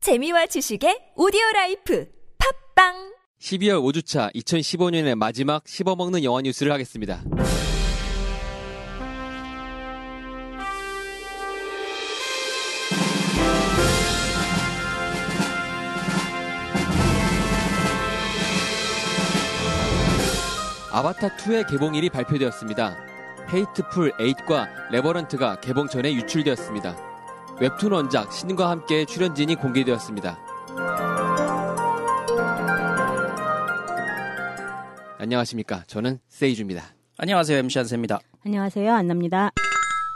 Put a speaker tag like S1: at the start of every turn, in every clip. S1: 재미와 지식의 오디오 라이프 팝빵
S2: 12월 5주차 2015년의 마지막 씹어먹는 영화 뉴스를 하겠습니다. 아바타2의 개봉일이 발표되었습니다. 헤이트풀 8과 레버런트가 개봉 전에 유출되었습니다. 웹툰 원작 신과 함께 출연진이 공개되었습니다. 안녕하십니까. 저는 세이주입니다.
S3: 안녕하세요 MC 한세입니다.
S4: 안녕하세요 안나입니다.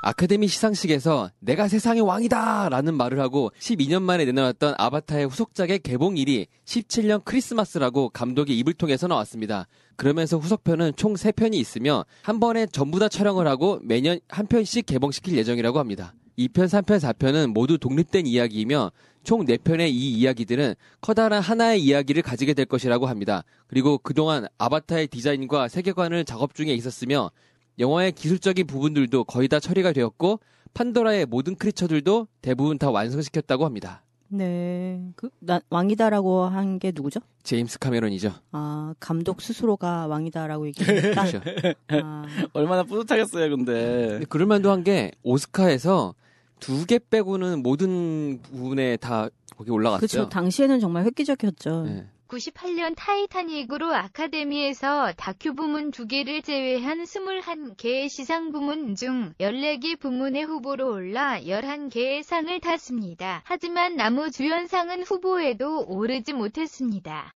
S2: 아카데미 시상식에서 내가 세상의 왕이다! 라는 말을 하고 12년 만에 내놓았던 아바타의 후속작의 개봉일이 17년 크리스마스라고 감독의 입을 통해서 나왔습니다. 그러면서 후속편은 총 3편이 있으며 한 번에 전부 다 촬영을 하고 매년 한 편씩 개봉시킬 예정이라고 합니다. 2편, 3편, 4편은 모두 독립된 이야기이며 총 4편의 이 이야기들은 커다란 하나의 이야기를 가지게 될 것이라고 합니다. 그리고 그동안 아바타의 디자인과 세계관을 작업 중에 있었으며 영화의 기술적인 부분들도 거의 다 처리가 되었고 판도라의 모든 크리처들도 대부분 다 완성시켰다고 합니다.
S4: 네, 그 나- 왕이다라고 한 게 누구죠?
S2: 제임스 카메론이죠.
S4: 아 감독 스스로가 왕이다라고 얘기했다.
S2: 그렇죠.
S4: 아,
S3: 얼마나 뿌듯하겠어요 근데.
S2: 근데 그럴 만도 한 게 오스카에서 두 개 빼고는 모든 부분에 다 거기
S4: 그렇죠.
S2: 올라갔어요.
S4: 당시에는 정말 획기적이었죠.
S2: 네.
S5: 98년 타이타닉으로 아카데미에서 다큐 부문 2개를 제외한 21개의 시상 부문 중 14개 부문의 후보로 올라 11개의 상을 탔습니다. 하지만 나무 주연상은 후보에도 오르지 못했습니다.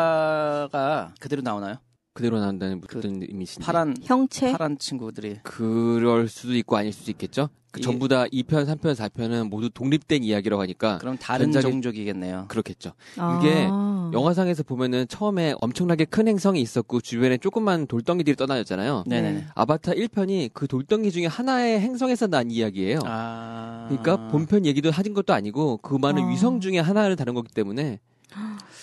S3: 아바타가 그대로 나오나요?
S2: 그대로 나온다는 무슨 의미신지.
S3: 파란
S4: 형체
S3: 파란 친구들이
S2: 그럴 수도 있고 아닐 수도 있겠죠. 그
S3: 이게-
S2: 전부 다 2편, 3편, 4편은 모두 독립된 이야기라고 하니까
S3: 그럼 다른
S2: 전작이-
S3: 종족이겠네요.
S2: 그렇겠죠.
S4: 아,
S2: 이게 영화상에서 보면은 처음에 엄청나게 큰 행성이 있었고 주변에 조그만 돌덩이들이 떠다녔잖아요.
S3: 네네네.
S2: 아바타 1편이 그 돌덩이 중에 하나의 행성에서 난 이야기예요. 어.
S3: 아
S2: 그러니까 본편 얘기도 하진 것도 아니고 그 많은
S4: 아.
S2: 위성 중에 하나를 다룬 거기 때문에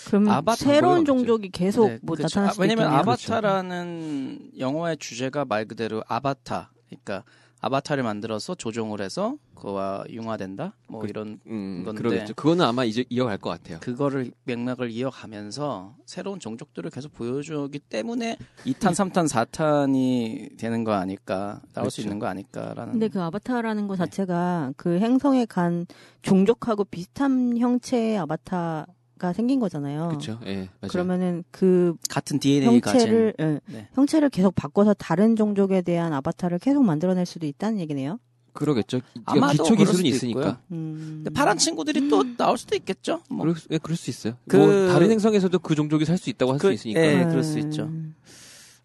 S4: 그러면
S2: 아바타
S4: 새로운
S2: 뭐라고
S4: 종족이 계속
S3: 네,
S4: 뭐
S3: 그쵸.
S4: 나타날
S3: 아,
S4: 수도
S3: 왜냐면
S4: 있겠네요.
S3: 아바타라는 영화의 주제가 말 그대로 아바타. 그러니까 아바타를 만들어서 조종을 해서 그와 융화된다. 뭐
S2: 그-
S3: 이런
S2: 음,
S3: 건데.
S2: 그러겠죠. 그거는 아마 이제 이어갈 것 같아요.
S3: 그거를 맥락을 이어가면서 새로운 종족들을 계속 보여주기 때문에 2탄, 3탄, 4탄이 되는 거 아닐까 나올
S2: 그렇죠.
S3: 수 있는 거 아닐까라는.
S4: 근데 그 아바타라는 것 자체가 그 행성에 간 종족하고 비슷한 형체의 아바타가 생긴 거잖아요.
S2: 그렇죠. 예, 맞아요.
S4: 그러면은 그
S3: 같은 DNA 가진
S4: 형체를 예,
S3: 네.
S4: 형체를 계속 바꿔서 다른 종족에 대한 아바타를 계속 만들어낼 수도 있다는 얘기네요.
S2: 그러겠죠.
S3: 아마도
S2: 기초
S3: 그럴
S2: 기술은
S3: 수도
S2: 있으니까.
S3: 그러니까 있고요.
S4: 음.
S3: 근데 파란 친구들이 또 나올 수도 있겠죠.
S2: 음.
S3: 뭐.
S2: 그럴, 수- 예, 그럴 수 있어요.
S3: 그-
S2: 뭐 다른 행성에서도 그 종족이 살 수 있다고 할 수
S3: 그-
S2: 있으니까.
S3: 예. 네, 그럴 수 있죠.
S4: 음.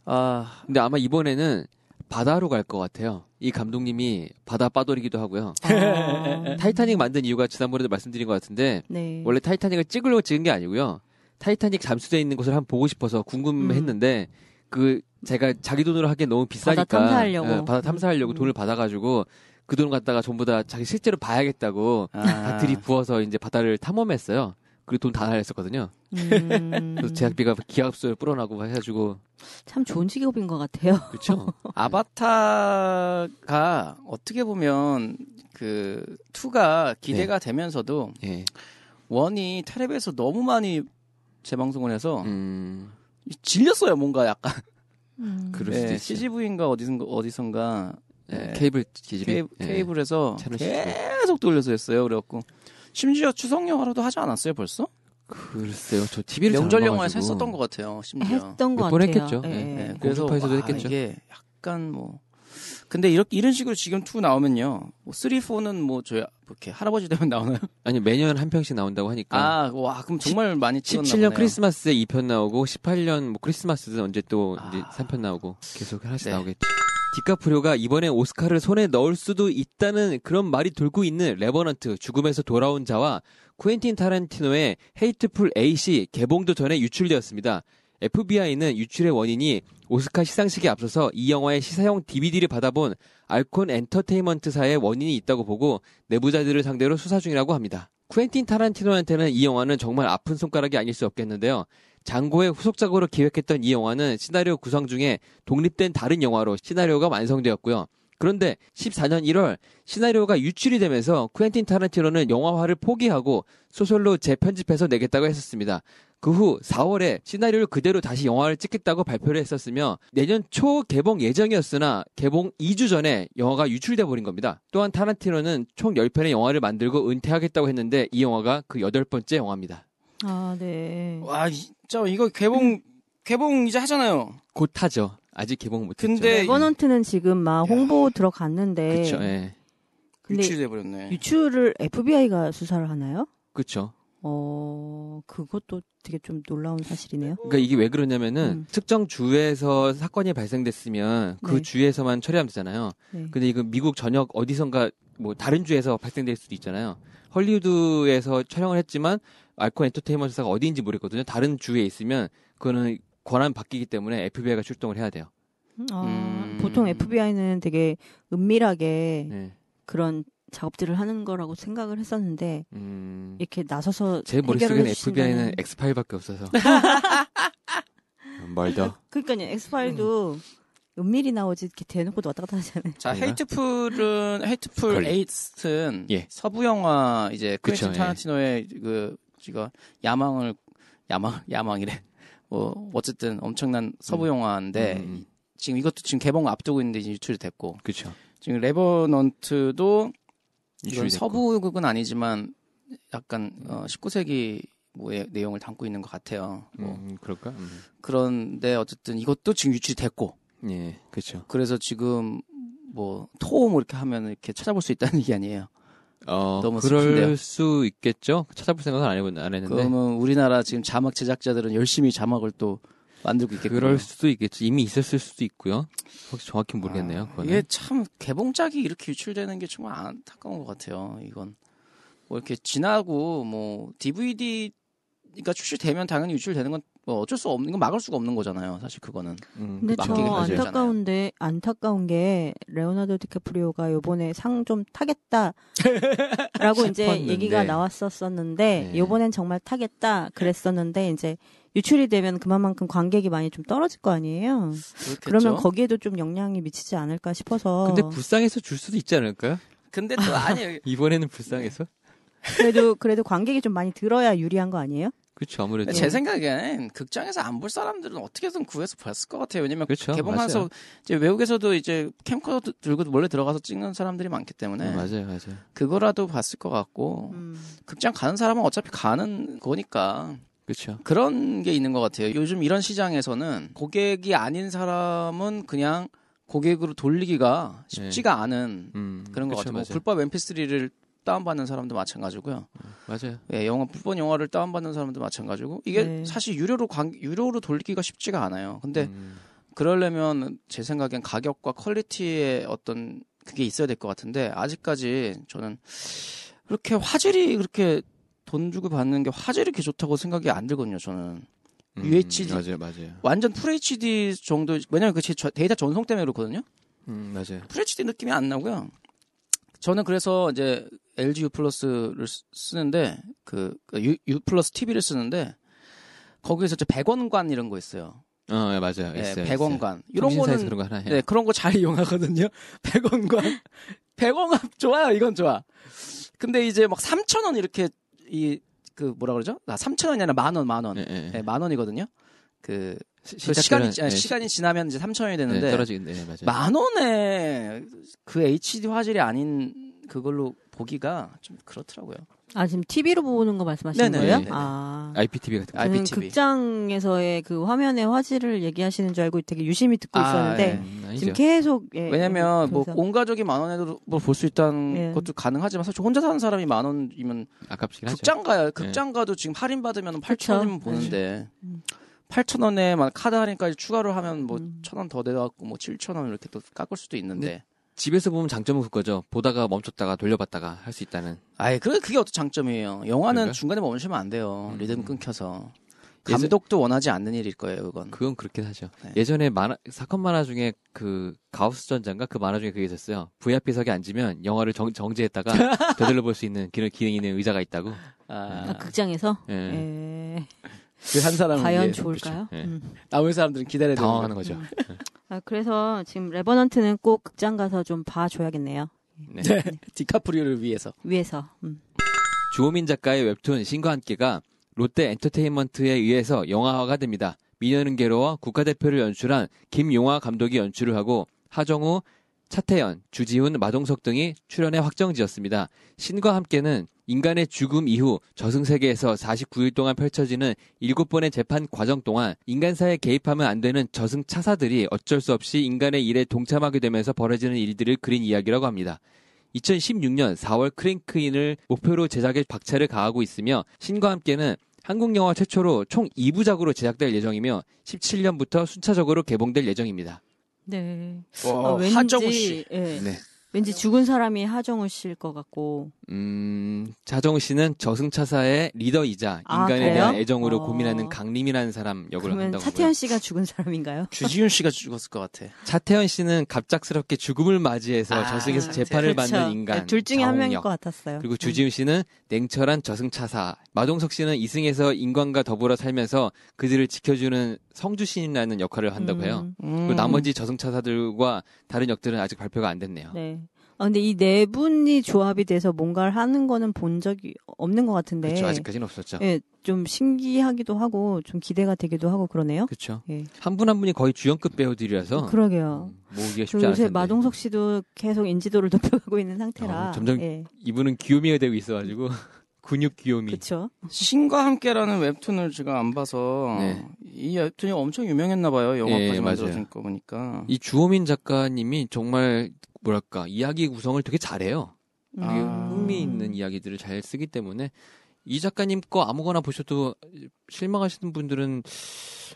S3: 아,
S2: 근데 아마 이번에는 바다로 갈 것 같아요. 이 감독님이 바다 빠돌이기도 하고요.
S4: 아,
S2: 타이타닉 만든 이유가 지난번에도 말씀드린 것 같은데
S4: 네.
S2: 원래 타이타닉을 찍으려고 찍은 게 아니고요. 타이타닉 잠수돼 있는 곳을 한번 보고 싶어서 궁금했는데
S3: 음.
S2: 그 제가 자기 돈으로 하기엔 너무 비싸니까
S4: 바다 탐사하려고.
S2: 예, 바다 탐사하려고
S4: 음.
S2: 돈을 받아가지고 그 돈 갖다가 전부 다 자기 실제로 봐야겠다고
S3: 아.
S2: 다 들이부어서 이제 바다를 탐험했어요. 그리고 돈 다 날렸었거든요.
S4: 음.
S2: 그래서 제작비가 기합수를 불어나고 해가지고
S4: 참 좋은 직업인 것 같아요.
S2: 그렇죠.
S3: 아바타가 어떻게 보면 그 2가 기대가
S2: 네.
S3: 되면서도
S2: 예.
S3: 1이 텔레비에서 너무 많이 재방송을 해서
S2: 음.
S3: 질렸어요 뭔가 약간
S4: 음.
S2: 그럴 수도
S3: 예,
S2: 있어요.
S3: CGV인가 어디선가, 어디선가
S2: 예,
S3: 예,
S2: 케이블 기질이 네.
S3: 케이, 케이블에서
S2: 채널
S3: 계속 돌려서 했어요. 그래갖고 심지어 추석 영화로도 하지 않았어요 벌써?
S2: 글쎄요. 저 TV를
S3: 명절 영화에서 했었던 것 같아요. 심지어
S4: 했던 것
S2: 몇번
S4: 같아요.
S2: 했겠죠.
S4: 예.
S2: 예,
S3: 예,
S2: 공중파에서도
S3: 와,
S2: 했겠죠.
S3: 이게 약간 뭐 근데 이렇게 이런 식으로 지금 2 나오면요, 뭐 3, 4는 뭐저 이렇게 할아버지 되면 나오나요?
S2: 아니 매년 한 편씩 나온다고 하니까.
S3: 아, 와 그럼 정말 많이 찍었나
S2: 17년
S3: 보네요.
S2: 크리스마스에 2편 나오고 18년 뭐 크리스마스는 언제 또 이제
S3: 아.
S2: 3편 나오고 계속 하나씩
S3: 네.
S2: 나오겠죠. 디카프리오가 이번에 오스카를 손에 넣을 수도 있다는 그런 말이 돌고 있는 레버넌트 죽음에서 돌아온 자와 쿠엔틴 타란티노의 헤이트풀 A씨 개봉도 전에 유출되었습니다. FBI는 유출의 원인이 오스카 시상식에 앞서서 이 영화의 시사용 DVD를 받아본 알콘 엔터테인먼트사의 원인이 있다고 보고 내부자들을 상대로 수사 중이라고 합니다. 쿠엔틴 타란티노한테는 이 영화는 정말 아픈 손가락이 아닐 수 없겠는데요. 장고의 후속작으로 기획했던 이 영화는 시나리오 구성 중에 독립된 다른 영화로 시나리오가 완성되었고요. 그런데 14년 1월 시나리오가 유출이 되면서 쿠엔틴 타란티노는 영화화를 포기하고 소설로 재편집해서 내겠다고 했었습니다. 그 후 4월에 시나리오를 그대로 다시 영화를 찍겠다고 발표를 했었으며 내년 초 개봉 예정이었으나 개봉 2주 전에 영화가 유출돼 버린 겁니다. 또한 타란티노는 총 10편의 영화를 만들고 은퇴하겠다고 했는데 이 영화가 그 8번째 영화입니다.
S4: 아, 네.
S3: 와 진짜 이거 개봉 개봉 이제 하잖아요.
S2: 곧 하죠. 아직 개봉 못 했죠.
S4: 네,
S3: 근데
S4: 레버넌트는 지금 막 홍보 들어갔는데.
S2: 그쵸, 예.
S4: 근데
S3: 유출돼 버렸네.
S4: 유출을 FBI가 수사를 하나요?
S2: 그쵸.
S4: 어, 그것도 되게 좀 놀라운 사실이네요.
S2: 그러니까 이게 왜 그러냐면은
S4: 음.
S2: 특정 주에서 사건이 발생됐으면 그
S4: 네.
S2: 주에서만 처리하면 되잖아요.
S4: 네.
S3: 그,
S2: 근데 이거 미국 전역 어디선가 뭐 다른 주에서 발생될 수도 있잖아요. 헐리우드에서 촬영을 했지만 알콘 엔터테인먼트 사가 어디인지 모르거든요. 다른 주에 있으면 그거는 권한 바뀌기 때문에 FBI가 출동을 해야 돼요.
S4: 아,
S3: 음.
S4: 보통 FBI는 되게 은밀하게
S2: 네.
S4: 그런 작업들을 하는 거라고 생각을 했었는데
S2: 음.
S4: 이렇게 나서서
S2: 제
S4: 해결을
S2: 머릿속에는
S4: 해주신다는-
S2: FBI는 엑스파일밖에 없어서. 멀더.
S4: 아, 그러니까요
S2: 음.
S4: 엑스파일도 은밀히 나오지 이렇게 대놓고 왔다 갔다 하잖아요.
S3: 자
S2: 아닌가?
S3: 헤이트풀은 헤이트풀
S2: 걸리.
S3: 에이트는
S2: 예.
S3: 서부 영화 이제
S2: 그쵸,
S3: 쿠엔틴
S2: 예.
S3: 타란티노의 그 지가 야망을 야망 야망이래. 뭐 어쨌든 엄청난 서부 영화인데
S2: 음,
S3: 지금 이것도 지금 개봉 앞두고 있는데 이제 유출이 됐고
S2: 그렇죠.
S3: 지금 레버넌트도
S2: 유출이
S3: 이건
S2: 됐고.
S3: 서부극은 아니지만 약간 어, 19세기 뭐의 예, 내용을 담고 있는 것 같아요. 뭐
S2: 음, 그럴까? 음.
S3: 그런데 어쨌든 이것도 지금 유출이 됐고
S2: 예, 그렇죠.
S3: 그래서 지금 뭐 토음 뭐 이렇게 하면 이렇게 찾아볼 수 있다는 얘기 아니에요.
S2: 어,
S3: 너무
S2: 그럴
S3: 슬픈데요.
S2: 수 있겠죠. 찾아볼 생각은 안, 해본, 안 했는데.
S3: 그러면 우리나라 지금 자막 제작자들은 열심히 자막을 또 만들고 있겠군요.
S2: 그럴 수도 있겠죠. 이미 있었을 수도 있고요. 혹시 정확히 모르겠네요.
S3: 아,
S2: 그거는.
S3: 이게 참 개봉작이 이렇게 유출되는 게 정말 안타까운 것 같아요. 이건 뭐 이렇게 지나고 뭐 DVD가 출시되면 당연히 유출되는 건뭐 어쩔 수 없는 건 막을 수가 없는 거잖아요. 사실 그거는
S2: 음,
S4: 근데
S2: 그
S4: 저
S3: 맡기긴 하죠.
S4: 안타까운데 안타까운 게 레오나르도 디카프리오가 요번에 상 좀 타겠다라고 이제
S2: 슬펐는데.
S4: 얘기가 나왔었었는데
S2: 네.
S4: 요번엔 정말 타겠다 그랬었는데 이제 유출이 되면 그만큼 관객이 많이 좀 떨어질 거 아니에요.
S3: 그렇겠죠.
S4: 그러면 거기에도 좀 영향이 미치지 않을까 싶어서
S2: 근데 불쌍해서 줄 수도 있지 않을까요?
S3: 근데 또 아니에요.
S2: 이번에는 불쌍해서?
S4: 그래도 그래도 관객이 좀 많이 들어야 유리한 거 아니에요?
S2: 그렇죠. 아무래도.
S3: 제 생각엔 극장에서 안 볼 사람들은 어떻게든 구해서 봤을 것 같아요. 왜냐면
S2: 그렇죠.
S3: 개봉해서
S2: 맞아요.
S3: 이제 외국에서도 이제 캠코더 들고 몰래 들어가서 찍는 사람들이 많기 때문에
S2: 음, 맞아요, 맞아요.
S3: 그거라도 봤을 것 같고 극장 가는 사람은 어차피 가는 거니까
S2: 그렇죠.
S3: 그런 게 있는 것 같아요. 요즘 이런 시장에서는 고객이 아닌 사람은 그냥 고객으로 돌리기가 쉽지가 않은
S2: 음,
S3: 네. 그런 것
S2: 그쵸,
S3: 같아요. 뭐 불법 MP3를 다운받는 사람도 마찬가지고요.
S2: 맞아요. 맞아요.
S3: 예, 영화 불법 영화를 다운받는 사람도 마찬가지고 이게
S4: 네.
S3: 사실 유료로 관, 유료로 돌리기가 쉽지가 않아요. 근데
S2: 음,
S3: 그러려면 제 생각엔 가격과 퀄리티의 어떤 그게 있어야 될 것 같은데 아직까지 저는 그렇게 화질이 그렇게 돈 주고 받는 게 화질이 그렇게 좋다고 생각이 안 들거든요. 저는
S2: 음,
S3: UHD.
S2: 맞아요, 맞아요.
S3: 완전 FHD 정도 왜냐면 그제 데이터 전송 때문에 그렇거든요.
S2: 음, 맞아요.
S3: FHD 느낌이 안 나고요. 저는 그래서 이제 LG U 플러스를 쓰는데 그 U, U 플러스 TV를 쓰는데 거기에서 저 100원관 이런 거 있어요.
S2: 어, 예, 맞아요.
S3: 예,
S2: 있어요.
S3: 100원관 이런
S2: 이런 거는
S3: 거는
S2: 그런 거 하나 해요.
S3: 네, 그런 거 잘 이용하거든요. 100원과 100원 좋아요. 이건 좋아. 근데 이제 막 3,000원 이렇게 이 그 뭐라 그러죠? 나 3,000원이 아니라 만 원, 만 원.
S2: 예, 예.
S3: 네, 만 원이거든요. 그,
S2: 시-
S3: 그
S2: 시작되는-
S3: 시간이 지- 아니,
S2: 예,
S3: 시간이 지나면 이제 3,000원이
S2: 시- 네,
S3: 되는데
S2: 떨어지긴, 네, 맞아요.
S3: 만 원에 그 HD 화질이 아닌 그걸로 보기가 좀 그렇더라고요.
S4: 아 지금 TV로 보는 거 말씀하시는
S3: 네네,
S4: 거예요?
S2: 네네.
S4: 아.
S2: IPTV 같은 거.
S4: 저는
S3: IPTV.
S4: 극장에서의 그 화면의 화질을 얘기하시는 줄 알고 되게 유심히 듣고
S3: 아,
S4: 있었는데
S3: 네.
S2: 음,
S4: 지금
S2: 아니죠.
S4: 계속 예,
S3: 왜냐면
S4: 예,
S3: 뭐
S4: 그래서-
S3: 온 가족이 만 원에도 볼 수 있다는
S4: 예.
S3: 것도 가능하지만 사실 혼자 사는 사람이 만 원이면
S2: 아깝긴 하죠.
S3: 극장 가야 극장 가도 지금 할인 받으면 8,000원이면 보는데
S4: 그렇죠. 음.
S3: 8,000원에 막 카드 할인까지 추가로 하면 뭐
S4: 음.
S3: 1,000원 더 내갖고 뭐 7,000원 이렇게 또 깎을 수도 있는데
S2: 집에서 보면 장점은 그거죠. 보다가 멈췄다가 돌려봤다가 할 수 있다는.
S3: 아예 그 그게 어떤 장점이에요. 영화는
S2: 그런가요?
S3: 중간에 멈추면 안 돼요.
S2: 음.
S3: 리듬 끊겨서
S2: 예전-
S3: 감독도 원하지 않는 일일 거예요, 그건.
S2: 그건 그렇긴 하죠.
S3: 음. 네.
S2: 예전에 만화, 사건 만화 중에 그 가우스 전장가 그 만화 중에 그게 있었어요. VIP석에 앉으면 영화를 정, 정지했다가 되돌려 볼 수 있는 그런 기능이 있는 의자가 있다고.
S4: 아, 극장에서
S2: 예.
S4: 예.
S3: 그 한 사람은
S4: 과연
S3: 이게
S4: 좋을까요?
S2: 그쵸, 예.
S4: 음.
S3: 남은 사람들은 기다려야 되는
S2: 당황하는
S3: 거예요.
S2: 거죠.
S4: 아, 그래서 지금 레버넌트는 꼭 극장 가서 좀 봐줘야겠네요.
S2: 네.
S3: 디카프리오를 위해서.
S4: 위에서. 음.
S2: 주호민 작가의 웹툰 신과 함께가 롯데 엔터테인먼트에 의해서 영화화가 됩니다. 미녀는 괴로워 국가대표를 연출한 김용화 감독이 연출을 하고 하정우, 차태현, 주지훈, 마동석 등이 출연에 확정지었습니다. 신과 함께는 인간의 죽음 이후 저승세계에서 49일 동안 펼쳐지는 7번의 재판 과정 동안 인간사에 개입하면 안 되는 저승 차사들이 어쩔 수 없이 인간의 일에 동참하게 되면서 벌어지는 일들을 그린 이야기라고 합니다. 2016년 4월 크랭크인을 목표로 제작에 박차를 가하고 있으며 신과 함께는 한국 영화 최초로 총 2부작으로 제작될 예정이며 17년부터 순차적으로 개봉될 예정입니다.
S4: 네.
S3: 와,
S4: 아, 왠지,
S3: 어, 하정우 씨.
S4: 예.
S2: 어, 네.
S4: 왠지 죽은 사람이 하정우 씨일 것 같고.
S2: 음, 자정우 씨는 저승차사의 리더이자
S4: 아,
S2: 인간에
S4: 그래요?
S2: 대한 애정으로
S4: 어.
S2: 고민하는 강림이라는 사람 역을
S4: 그러면
S2: 한다고
S4: 차태현 씨가 죽은 사람인가요?
S3: 주지훈 씨가 죽었을 것 같아.
S2: 차태현 씨는 갑작스럽게 죽음을 맞이해서
S3: 아,
S2: 저승에서
S3: 차태현.
S2: 재판을
S4: 그렇죠.
S2: 받는 인간.
S4: 네, 둘 중에 한 명일
S2: 정력.
S4: 것 같았어요. 네.
S2: 그리고 주지훈 씨는 냉철한 저승차사, 마동석 씨는 이승에서 인간과 더불어 살면서 그들을 지켜주는 성주신이라는 역할을 한다고 해요.
S4: 음.
S3: 음.
S2: 그리고 나머지 저승차사들과 다른 역들은 아직 발표가 안 됐네요.
S4: 네. 아, 근데 이 네 분이 조합이 돼서 뭔가를 하는 거는 본 적이 없는 것 같은데.
S2: 그렇죠. 아직까지는 없었죠.
S4: 예, 좀 신기하기도 하고 좀 기대가 되기도 하고 그러네요.
S2: 그렇죠.
S4: 예.
S2: 한 분 한 분이 거의 주연급 배우들이라서
S4: 그러게요.
S2: 음, 모으기가
S4: 그
S2: 쉽지 않을
S4: 요새
S2: 텐데.
S4: 마동석 씨도 계속 인지도를 높여가고 있는 상태라.
S2: 어, 점점
S4: 예,
S2: 이분은 귀요미가 되고 있어가지고 근육 귀요미.
S4: 그렇죠.
S3: 신과 함께라는 웹툰을 제가 안 봐서
S2: 네.
S3: 이 웹툰이 엄청 유명했나 봐요. 영화까지
S2: 예, 맞아요.
S3: 만들어진 거 보니까.
S2: 이 주호민 작가님이 정말 뭐랄까 이야기 구성을 되게 잘해요.
S4: 음.
S3: 아.
S2: 흥미 있는 이야기들을 잘 쓰기 때문에 이 작가님 거 아무거나 보셔도 실망하시는 분들은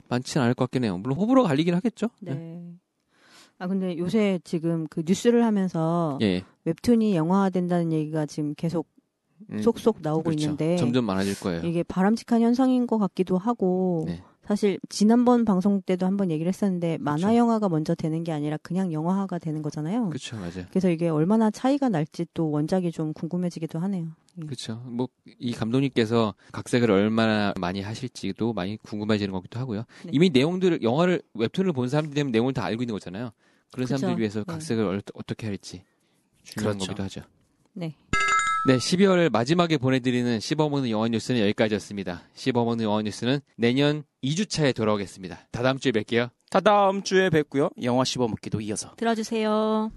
S2: 많지는 않을 것 같긴 해요. 물론 호불호 가 갈리긴 하겠죠.
S4: 네. 아 근데 요새 지금 그 뉴스를 하면서
S2: 예.
S4: 웹툰이 영화화된다는 얘기가 지금 계속
S2: 음,
S4: 속속 나오고
S2: 그렇죠.
S4: 있는데
S2: 점점 많아질 거예요.
S4: 이게 바람직한 현상인 것 같기도 하고
S2: 네. 그렇죠.
S4: 사실 지난번 방송 때도 한번 얘기를 했었는데 만화 영화가 먼저 되는 게 아니라 그냥 영화화가 되는 거잖아요.
S2: 그렇죠, 맞아요.
S4: 그래서 이게 얼마나 차이가 날지 또 원작이 좀 궁금해지기도 하네요.
S2: 그렇죠. 뭐 이 감독님께서 각색을 얼마나 많이 하실지도 많이 궁금해지는 거기도 하고요.
S4: 네.
S2: 이미 내용들을 영화를 웹툰을 본 사람들이 되면 내용을 다 알고 있는 거잖아요. 그런
S4: 그쵸.
S2: 사람들 을 위해서
S4: 네.
S2: 각색을 얼- 어떻게 할지 중요한
S3: 그렇죠.
S2: 거기도 하죠.
S4: 네.
S2: 네, 12월 마지막에 보내드리는 씹어먹는 영화 뉴스는 여기까지였습니다. 씹어먹는 영화 뉴스는 내년 2주차에 돌아오겠습니다. 다 다음 주에 뵐게요.
S3: 다 다음 주에 뵙고요. 영화 씹어먹기도 이어서.
S4: 들어주세요.